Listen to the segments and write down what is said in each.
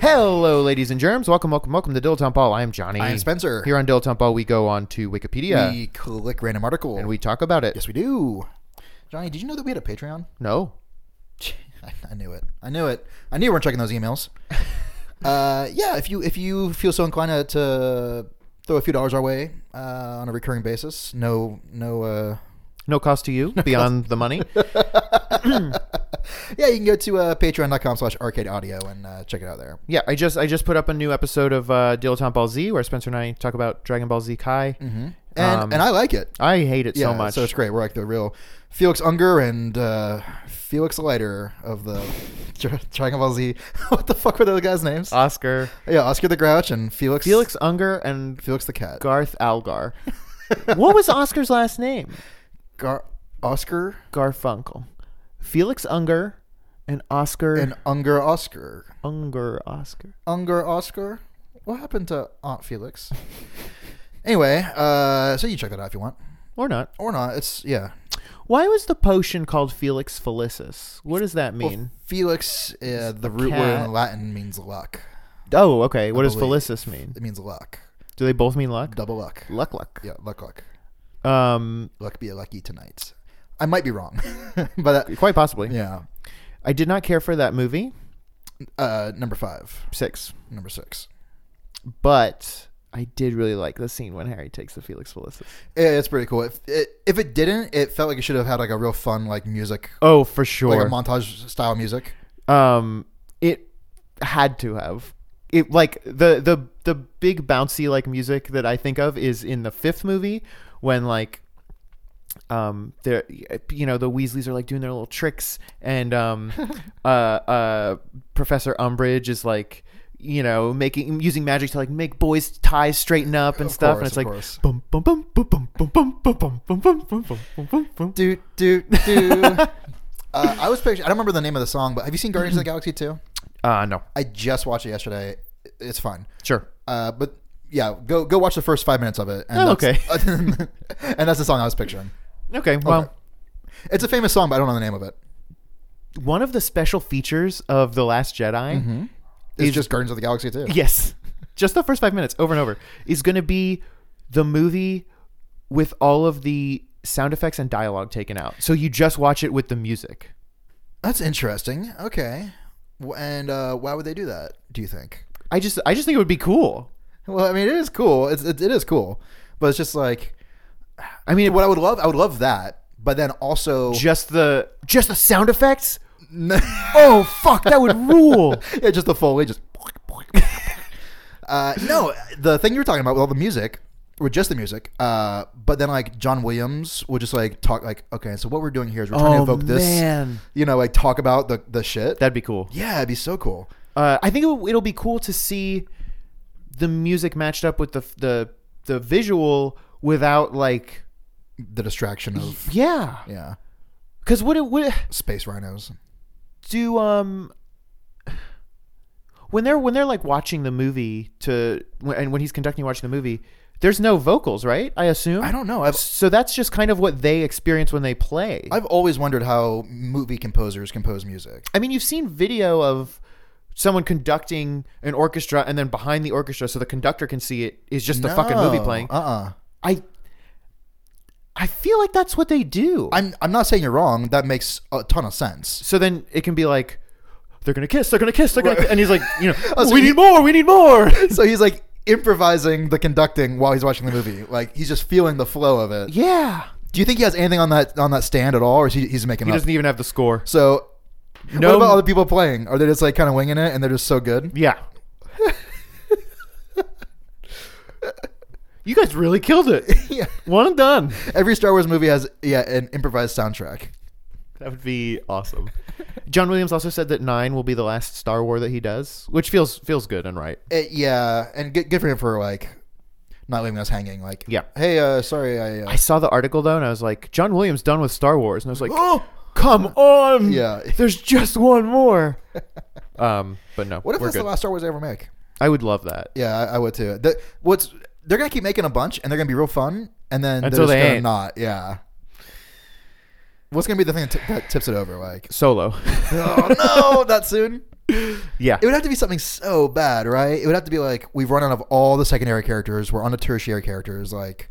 Hello, ladies and germs. Welcome, welcome, welcome to Dilettante Ball. I am Johnny. I am Spencer. Here on Dilettante Ball, we go on to Wikipedia We click random article. and we talk about it. yes, we do. Johnny, did you know that we had a Patreon? No. I, I knew it. I knew it. I knew we weren't checking those emails. uh, yeah, if you if you feel so inclined to, to throw a few dollars our way uh, on a recurring basis, no no. Uh, No cost to you beyond the money. yeah, you can go to uh, patreon.com slash arcade audio and uh, check it out there. Yeah, I just I just put up a new episode of uh, Dilettante Ball Z where Spencer and I talk about Dragon Ball Z Kai. And, Um, and I like it. I hate it Mm-hmm. Yeah, so much. So it's great. We're like the real Felix Unger and uh, Felix Leiter of the Dragon Ball Z. what the fuck were those guys' names? Oscar, Yeah, Oscar the Grouch and Felix. Uh, Felix Unger, and Felix the Cat. Garth Algar. what was Oscar's last name? Gar- Oscar Garfunkel. Felix Unger and Oscar and Unger Oscar. Unger Oscar. Unger Oscar. What happened to Aunt Felix? anyway, uh, so you check that out if you want Or not. or not. It's yeah. Why was the potion called Felix Felicis? What does that mean? Felix, uh, the root word cat. in Latin means luck. oh, okay. What does believe. Felicis mean? It means luck, Do they both mean luck? double luck. Luck, luck. Yeah, luck, luck, Um, luck. Be lucky tonight. I might be wrong, but uh, quite possibly. yeah. I did not care for that movie. Uh, number five, Six, number six. but I did really like the scene when Harry takes the Felix Felicis. Yeah, it's pretty cool. If it, if it didn't, it felt like it should have had like a real fun like music, Oh, for sure. like a montage style music. um it had to have it like the the the big bouncy like music that i think of is in the fifth movie when like um they're you know the weasleys are like doing their little tricks and um uh uh professor umbridge is like you know making using magic to like make boys ties straighten up and Of stuff course, and of it's course. like bum bum bum bum bum bum bum bum bum bum bum bum bum bum bum Do do do. uh, I was picturing. I don't remember the name of the song, but have you seen Guardians of the Galaxy 2? uh no I just watched it yesterday. It's fun. sure Uh, but yeah, go go watch the first five minutes of it. And Oh, that's- and that's the song I was picturing. okay well It's a famous song, but I don't know the name of it. one of the special features of The Last Jedi, It's Is- just Guardians of the Galaxy 2. yes, just the first five minutes over and over, is going to be the movie with all of the sound effects and dialogue taken out. So you just watch it with the music. That's interesting. Okay. W- And uh, why would they do that? Do you think? I just, I just think it would be cool. Well, I mean, it is cool. It's, it, it is cool, but it's just like, I mean, it, what I would love, I would love that. But then also, just the, just the sound effects. yeah, Oh fuck, that would rule. just the foley, just. uh, no, the thing you were talking about with all the music, with just the music. Uh, but then like John Williams would just like talk like, okay, so what we're doing here is we're trying to Oh evoke this, man, you know, like talk about the the shit. that'd be cool. yeah, it'd be so cool. Uh, I think it'll, it'll be cool to see the music matched up with the the the visual without like The distraction of yeah yeah, Because would it would it space rhinos. do um when they're when they're like watching the movie to when- and when he's conducting watching the movie, there's no vocals, right? I assume. I don't know. I've so that's just kind of what they experience when they play. I, I've always wondered how movie composers compose music. mean, you've seen video of someone conducting an orchestra and then behind the orchestra so the conductor can see it is just the fucking movie playing. Uh uh-uh. uh. I I feel like that's what they do. i I'm not saying you're wrong. That makes a ton of sense. so then it can be like they're gonna kiss, they're gonna kiss, they're gonna, and he's like, you know, Oh, so we he- need more, we need more. So he's like improvising the conducting while he's watching the movie. Like he's just feeling the flow of it. Yeah. Do you think he has anything on that on that stand at all, or is he he's making He up? doesn't even have the score. so No. what about all the people playing? Are they just like kind of winging it and they're just so good? Yeah. You guys really killed it. yeah. One and done. Every Star Wars movie has yeah an improvised soundtrack. That would be awesome. John Williams also said that nine will be the last Star Wars that he does, which feels feels good and right. It, Eh, yeah, and good, good for him for like not leaving us hanging. Like, Yeah. hey, uh, sorry, I, uh, I saw the article though, and I was like, John Williams done with Star Wars, and I was like, oh, come on, Yeah. there's just one more. um, but no, what if we're that's good. the last Star Wars I ever make? I would love that. Yeah, I, I would too. The, what's they're gonna keep making a bunch, and they're gonna be real fun, and then they're Until just they gonna ain't. not. Yeah. What's gonna be the thing that, t- that tips it over? Like, Solo. oh no, that soon. yeah. It would have to be something so bad, right? It would have to be like we've run out of all the secondary characters. We're on to tertiary characters. Like,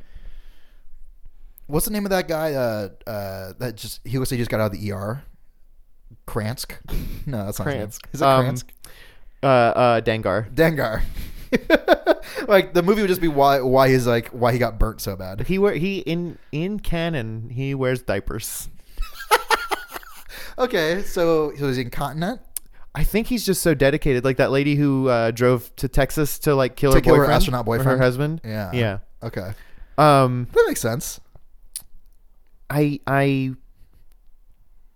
what's the name of that guy? Uh, uh, that just he looks like he just got out of the ER. Kransk? No, that's not his name. Kransk. Is it Um, Kransk? uh, uh, Dangar. Dengar. like the movie would just be why why he's like why he got burnt so bad. He wear he in in canon he wears diapers. Okay, so so he's incontinent. I think he's just so dedicated, like that lady who uh, drove to Texas to like kill To her kill her boyfriend, astronaut or boyfriend. her husband. Yeah. yeah. Okay, Um, that makes sense. I I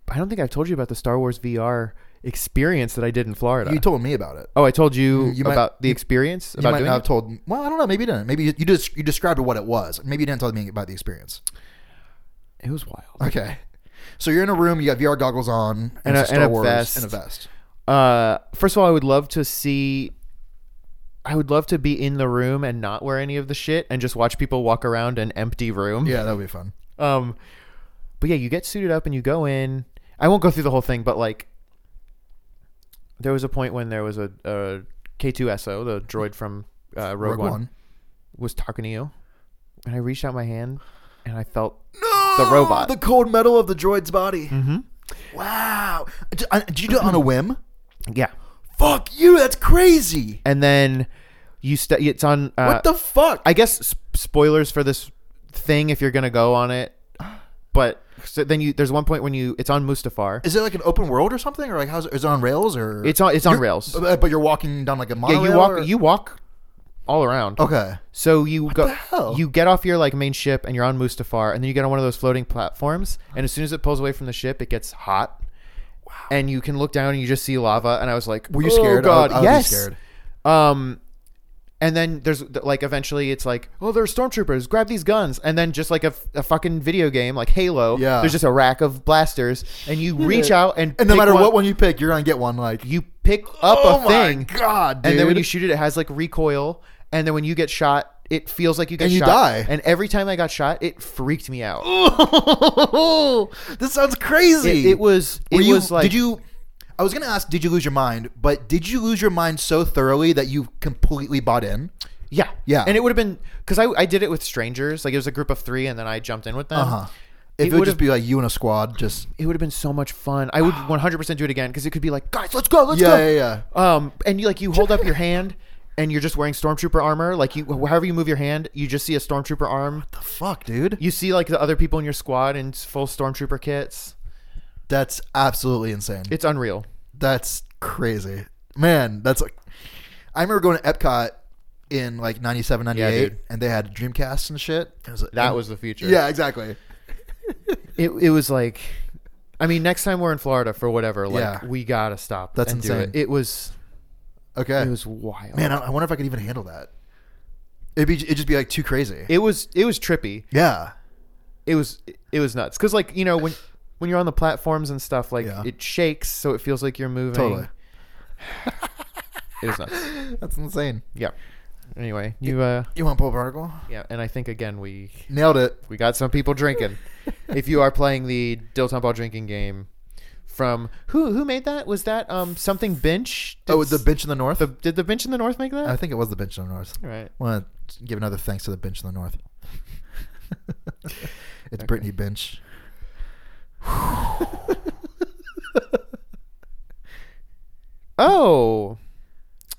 I don't think I've told you about the Star Wars VR experience that I did in Florida. You told me about it. oh, I told you, You might- about the experience You about might doing not have it? told. Well, I don't know. Maybe you didn't. Maybe you, you just you described what it was. Maybe you didn't tell me about the experience. it was wild. Okay. So you're in a room. You got VR goggles on And it's a- and a vest. and a vest. Uh, first of all, I would love to see. I would love to be in the room and not wear any of the shit and just watch people walk around an empty room. Yeah, that would be fun. Um, but yeah, you get suited up and you go in. I won't go through the whole thing, but like, there was a point when there was a, a K2SO, the droid from uh, Rogue, Rogue One, One. was talking to you, and I reached out my hand, and I felt No, The robot. the cold metal of the droid's body. Mhm. Wow. Did, uh, did you do it on a whim? yeah, Fuck you. That's crazy. and then you st- it's on. Uh, what the fuck? I guess s- spoilers for this thing if you're gonna go on it, but so then you there's one point when you it's on Mustafar. Is it like an open world or something, or like how's it, is it on rails or? It's on it's on You're- rails. but but you're walking down like a Yeah, monorail. you walk or- you walk all around. Okay. So you go, the hell? you get off your like main ship and you're on Mustafar, and then you get on one of those floating platforms, and as soon as it pulls away from the ship, it gets hot, and you can look down and you just see lava, and I was like, Were you "Oh, scared? I God, would- I would be yes. scared. Um, and then there's like eventually it's like, oh, there's stormtroopers, grab these guns, and then just like a, a fucking video game like Halo, Yeah. there's just a rack of blasters, and you reach out and And no pick matter what one you pick, you're gonna get one. Like you pick up oh a thing, my god, dude. and then when you shoot it, it has like recoil. And then when you get shot, it feels like you get And you shot. die. And every time I got shot, it freaked me out. this sounds crazy. It, it was. It Were you- was like. did you? I was gonna ask, did you lose your mind? But did you lose your mind so thoroughly that you completely bought in? Yeah. Yeah. And it would have been because I I did it with strangers. Like it was a group of three, and then I jumped in with them. Uh huh. If It it, would would've- just be like you and a squad, just It would have been so much fun. I would 100% do it again because it could be like, guys, let's go, let's yeah, go. yeah, yeah. Um, and you like you hold up your hand, and you're just wearing stormtrooper armor. Like you, however you move your hand, you just see a stormtrooper arm. The fuck, dude. You see like the other people in your squad in full stormtrooper kits. That's absolutely insane. It's unreal. That's crazy. Man, that's like I remember going to Epcot in like 97, 98 dude. and they had Dreamcast and shit. It was, That was the future. Yeah, exactly. It, it was like, I mean, next time we're in Florida for whatever, like Yeah. we gotta stop. That's and do insane. it. It was Okay. it was wild. Man, I, I wonder if I could even handle that. It'd be it'd just be like too crazy. It was it was trippy. yeah. It was it was nuts. Cause like you know when when you're on the platforms and stuff, like Yeah. it shakes, so it feels like you're moving. Totally. It was nuts. That's insane. Yeah. Anyway, you uh You want to pull up an article? yeah, and I think again we Nailed it. we got some people drinking. if you are playing the Dilettante Ball drinking game from who who made that? Was that um something bench? oh, the bench in the north. The, did the bench in the north make that? I think it was the bench in the north. All right. Want to give another thanks to the bench in the north. it's Brittany Bench. Oh,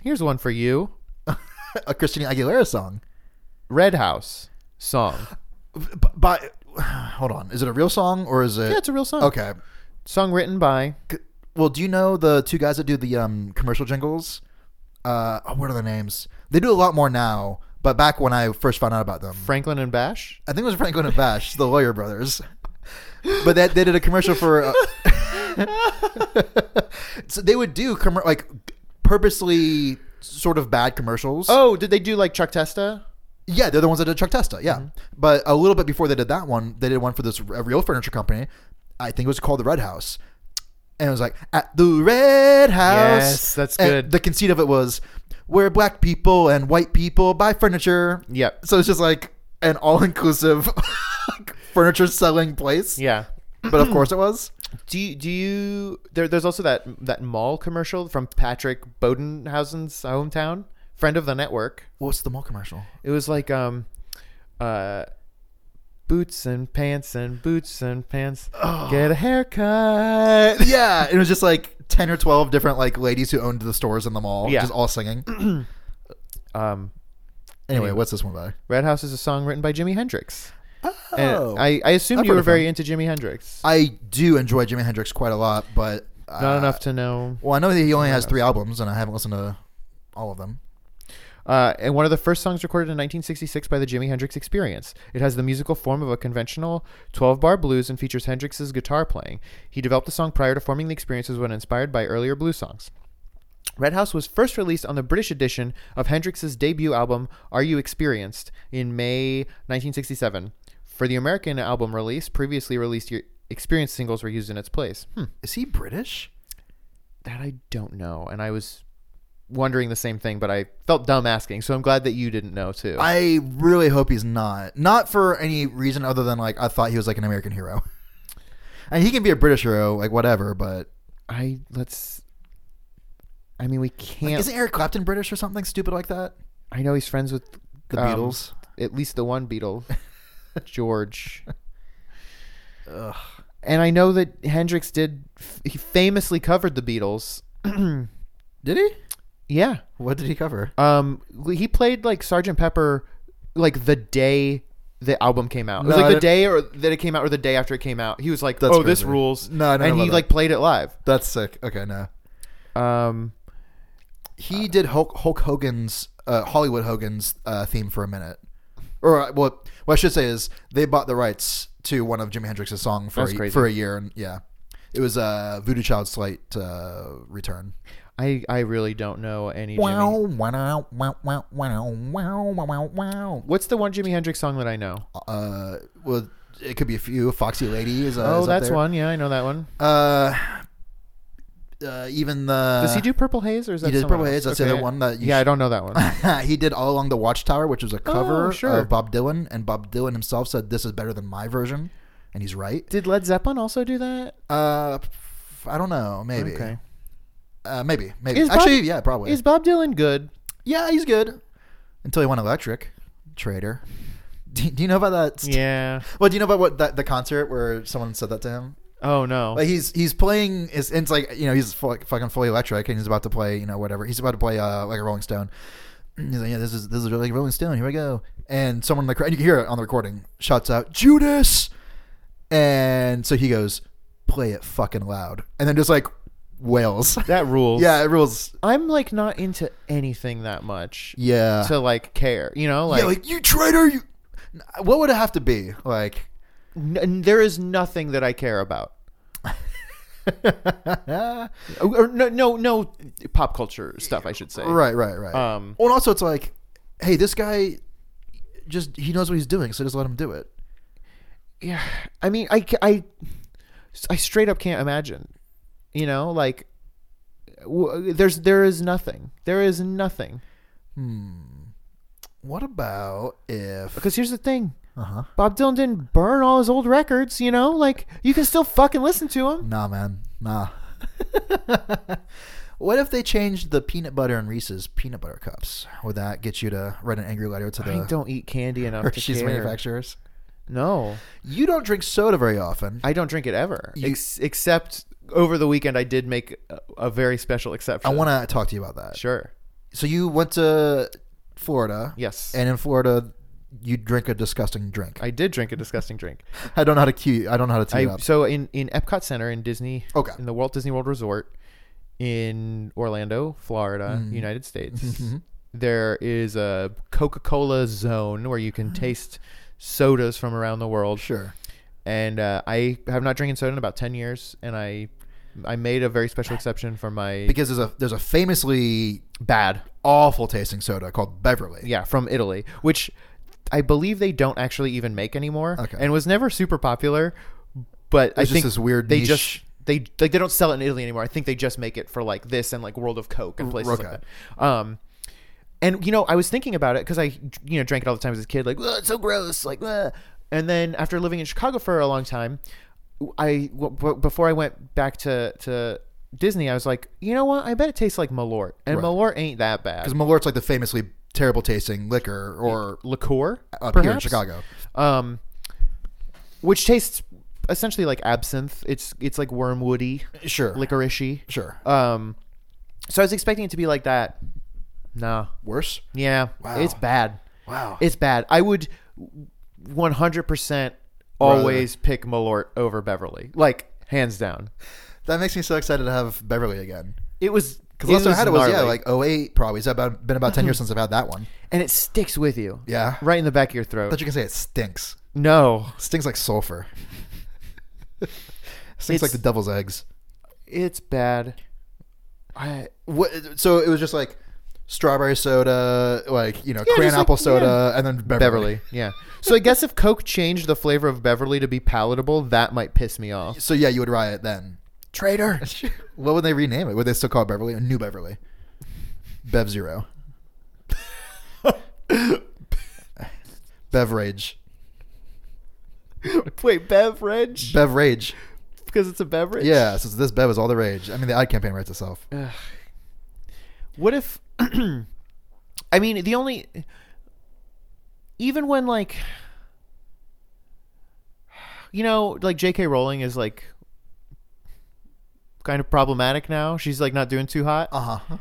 here's one for you. a Christina Aguilera song. Red House song. B- By hold on, is it a real song or is it? Yeah, it's a real song. okay. Song written by. C- Well, do you know the two guys that do the um, commercial jingles? Uh, oh, what are their names? They do a lot more now, But back when I first found out about them, Franklin and Bash. I think it was Franklin and Bash, the Lawyer Brothers. But that they did a commercial for. Uh, so they would do com- like purposely sort of bad commercials. Oh, did they do like Chuck Testa? Yeah, they're the ones that did Chuck Testa. Mm-hmm. Yeah, but a little bit before they did that one, they did one for this a real furniture company. I think it was called the Red House, and it was like at the Red House. Yes, that's And good. the conceit of it was where black people and white people buy furniture. Yep. So it's just like an all-inclusive furniture selling place. Yeah. But of course it was. Do you, do you there, there's also that that mall commercial from Patrick Bodenhausen's hometown, friend of the network. What's the mall commercial? It was like um uh boots and pants and boots and pants. Get a haircut. yeah, it was just like ten or twelve different like ladies who owned the stores in the mall, Yeah. just all singing. Um anyway, what's this one by? Red House is a song written by Jimi Hendrix. Oh. And I, I assumed I've you heard were of very him. into Jimi Hendrix. I do enjoy Jimi Hendrix quite a lot, but uh, Not enough to know. Well, I know that he only has three albums, and I haven't listened to all of them. Uh, and one of the first songs recorded in 1966 by the Jimi Hendrix Experience. It has the musical form of a conventional 12 bar blues and features Hendrix's guitar playing. He developed the song prior to forming the Experiences when inspired by earlier blues songs. Red House was first released on the British edition of Hendrix's debut album Are You Experienced in May 1967. For the American album release, previously released year- Experience singles were used in its place. Hmm, Is he British? that I don't know, and I was wondering the same thing, but I felt dumb asking, so I'm glad that you didn't know too. I really hope he's not. Not for any reason other than like I thought he was like an American hero. And he can be a British hero, like whatever, but I let's. I mean, we can't. isn't Eric Clapton British or something stupid like that? I know he's friends with The um, Beatles. At least the one Beatle, George. Ugh. And I know that Hendrix did. f- He famously covered the Beatles. Did he? Yeah. What did he cover? Um. He played like Sergeant Pepper, like the day the album came out. It was No, I like the didn't- day or that it came out or the day after it came out. He was like, That's "Oh, this crazy. rules." No, I don't know and he about like played it live. That's sick. Okay, no. Um. He did Hulk, Hulk Hogan's uh, Hollywood Hogan's uh, theme for a minute, or uh, what? What I should say is they bought the rights to one of Jimi Hendrix's song for That's a, crazy. for a year, and yeah, it was uh, Voodoo Child's slight uh, return. I I really don't know any. Jimi- Wow, wow, wow, wow, wow, wow, wow, wow. What's the one Jimi Hendrix song that I know? Uh, well, it could be a few. Foxy Lady is. Oh, Uh, is up that's there. one. Yeah, I know that one. Uh, uh, even the Does he do Purple Haze or is that he did someone Purple else? Haze. That's the Okay. other one that you yeah, should- I don't know that one. he did All Along the Watchtower, which was a cover Oh, sure. of Bob Dylan, and Bob Dylan himself said, This is better than my version. And he's right. did Led Zeppelin also do that? Uh, f- I don't know. Maybe. Okay. Uh, maybe. Maybe. Is Bob- Actually, yeah, probably. Is Bob Dylan good? yeah, he's good. Until he went electric. Traitor. Do, do you know about that? st- Yeah. Well, do you know about what that, the concert where someone said that to him? Oh no. Like he's he's playing it's, it's like you know he's full, fucking fully electric and he's about to play you know whatever he's about to play uh, like a Rolling Stone. He's like, yeah, this is this is like Rolling Stone. Here we go. And someone in the crowd, and you can hear it on the recording, shouts out Judas, and so he goes, play it fucking loud, and then just like wails. that rules. yeah, it rules. I'm like not into anything that much Yeah, to like care. You know, like, yeah, like you traitor. You, what would it have to be like? n- there is nothing that I care about. right, Or, or no, no, no pop culture stuff. I should say. right, right. Um. Well, and also it's like, hey, this guy just he knows what he's doing, so just let him do it. yeah i mean I, ca- I i straight up can't imagine you know like w- there's there is nothing there is nothing What about if? because here's the thing Uh huh. bob dylan didn't burn all his old records you know like you can still fucking listen to him Nah, man, nah. what if they changed the peanut butter and Reese's peanut butter cups? Would that get you to write an angry letter to i the don't eat candy enough to Hershey's care. manufacturers? no You don't drink soda very often. i don't drink it ever You- ex- except over the weekend i did make a, a very special I exception want to talk to you about that. sure So you went to Florida, yes and in Florida, you drink a disgusting drink. I, i did drink a disgusting drink don't know how to cue. I don't know how to tee it I, up. so in in Epcot Center in Disney, Okay. in the Mm-hmm. Walt Disney World Resort in Orlando, Florida, United States. there is a Coca-Cola zone where you can taste sodas from around the world. Mm-hmm. Sure. And uh, I have not drinking soda in about ten years, and I I made a very special exception for my Because there's a there's a famously bad awful tasting soda called Beverly. yeah from Italy, which I believe they don't actually even make anymore, Okay. and was never super popular. But I It's just think this weird they niche- just they like they don't sell it in Italy anymore. I think they just make it for like this and like World of Coke and places okay. like that. Um, and you know, I was thinking about it because I you know drank it all the time as a kid, like "Ugh, "Oh, it's so gross, like. Ugh. And then after living in Chicago for a long time, I w- w- before I went back to to Disney, I was like, you know what? I bet it tastes like Malort, and Malort ain't that bad Because Malort's like the famously terrible tasting liquor or liqueur up here in perhaps? Chicago. um, which tastes essentially like absinthe. It's it's like wormwoody, Sure. licoricey. Sure. Uh, Um, so I was expecting it to be like that. Nah, Worse? yeah, Wow. it's bad. Wow. It's bad. I would 100% always pick Malort over Beverly, like hands down. that makes me so excited to have Beverly again. It was Because last time I had it was, yeah, gnarly. like 08 probably. It's about, been about 10 years since I've had that one. and it sticks with you, Yeah. right in the back of your I throat. thought you can say it stinks. no, Stinks like sulfur. stinks like It's- the devil's eggs. it's bad. I, What, so it was just like strawberry soda, like, you know, Yeah, cran just like- apple soda, and then Beverly. Beverly, yeah. So I guess if Coke changed the flavor of Beverly to be palatable, that might piss me off. So yeah, you would riot then. Traitor. What would they rename it? Would they still call it Beverly? New Beverly. Bev Zero. Beverage. Wait, beverage? Beverage. Because it's a beverage? Yeah, so this Bev is all the rage. I mean, the ad campaign writes itself. What if I mean, the only even when like you know, like JK Rowling is like kind of problematic now. She's like not doing too hot. Uh huh.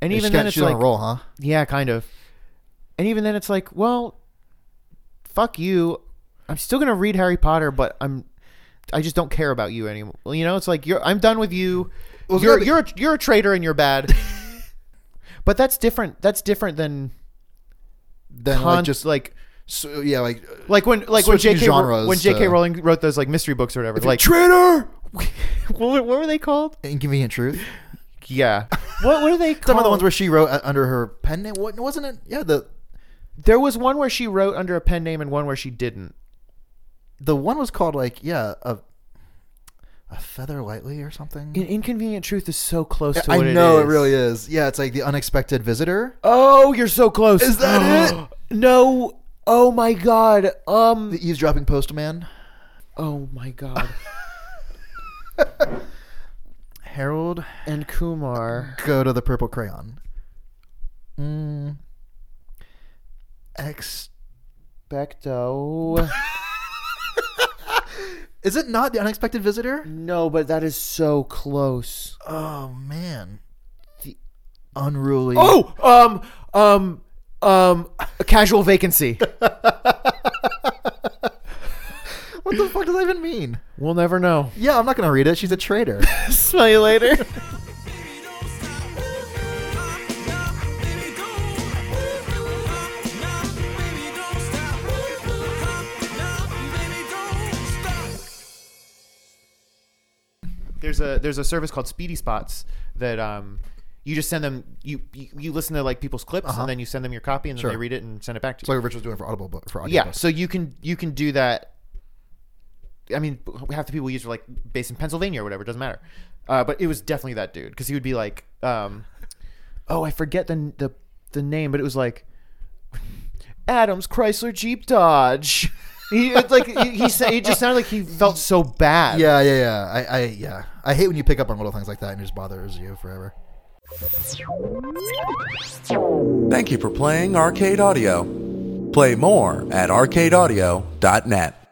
And She's, even got- then it's she's like on a roll, huh? Yeah, kind of. And even then, it's like, well, fuck you. I'm still gonna read Harry Potter, but I'm, I just don't care about you anymore. You know, it's like you're. I'm done with you. Well, it's you're gotta be- you're a, you're a traitor and you're bad. but that's different. That's different than Then con- like just like like so, yeah, like uh, like when like when Switching J.K. Ro- genres uh, when J.K. to- Rowling wrote those like mystery books or whatever. Like traitor. what, were- what were they called? Inconvenient truth. Yeah. What were they called? Some of the ones where she wrote uh, under her pen name, What- wasn't it? Yeah, the there was one where she wrote under a pen name and one where she didn't. the one was called like yeah a a feather lightly or something. An inconvenient truth is so close to I what know it, it, is. really is. Yeah, it's like the unexpected visitor. Oh, you're so close. Is that it? No. Oh my god. Um. The eavesdropping postman. Oh my god. Harold, And Kumar. go to the purple crayon. Mm. X. Becto. Is it not the unexpected visitor? No, but that is so close. Oh man, The- unruly. Oh. Um. Um. Um. A casual vacancy. what the fuck does that even mean? we'll never know. Yeah, I'm not gonna read it. She's a traitor. Smell you later. Baby, don't stop. Ooh, ah, nah, baby, go. Ooh, ah, nah, baby, don't stop. Ooh, ah, nah, baby, don't stop. there's a there's a service called Speedy Spots that um you just send them you you, you listen to like people's clips and then you send them your copy and then they Sure. read it and send it back to you. It's like what Rich was doing for Audible, but for audio yeah so you can you can do that i mean half the people we used were like based in pennsylvania or whatever it doesn't matter uh, but it was definitely that dude because he would be like um, oh i forget the, the the name but it was like adams chrysler jeep dodge he it's like he, he, sa- it just sounded like he felt so bad Yeah, yeah, yeah. I, I, yeah. I hate when you pick up on little things like that and it just bothers you forever. Thank you for playing Arcade Audio. Play more at arcadeaudio.net.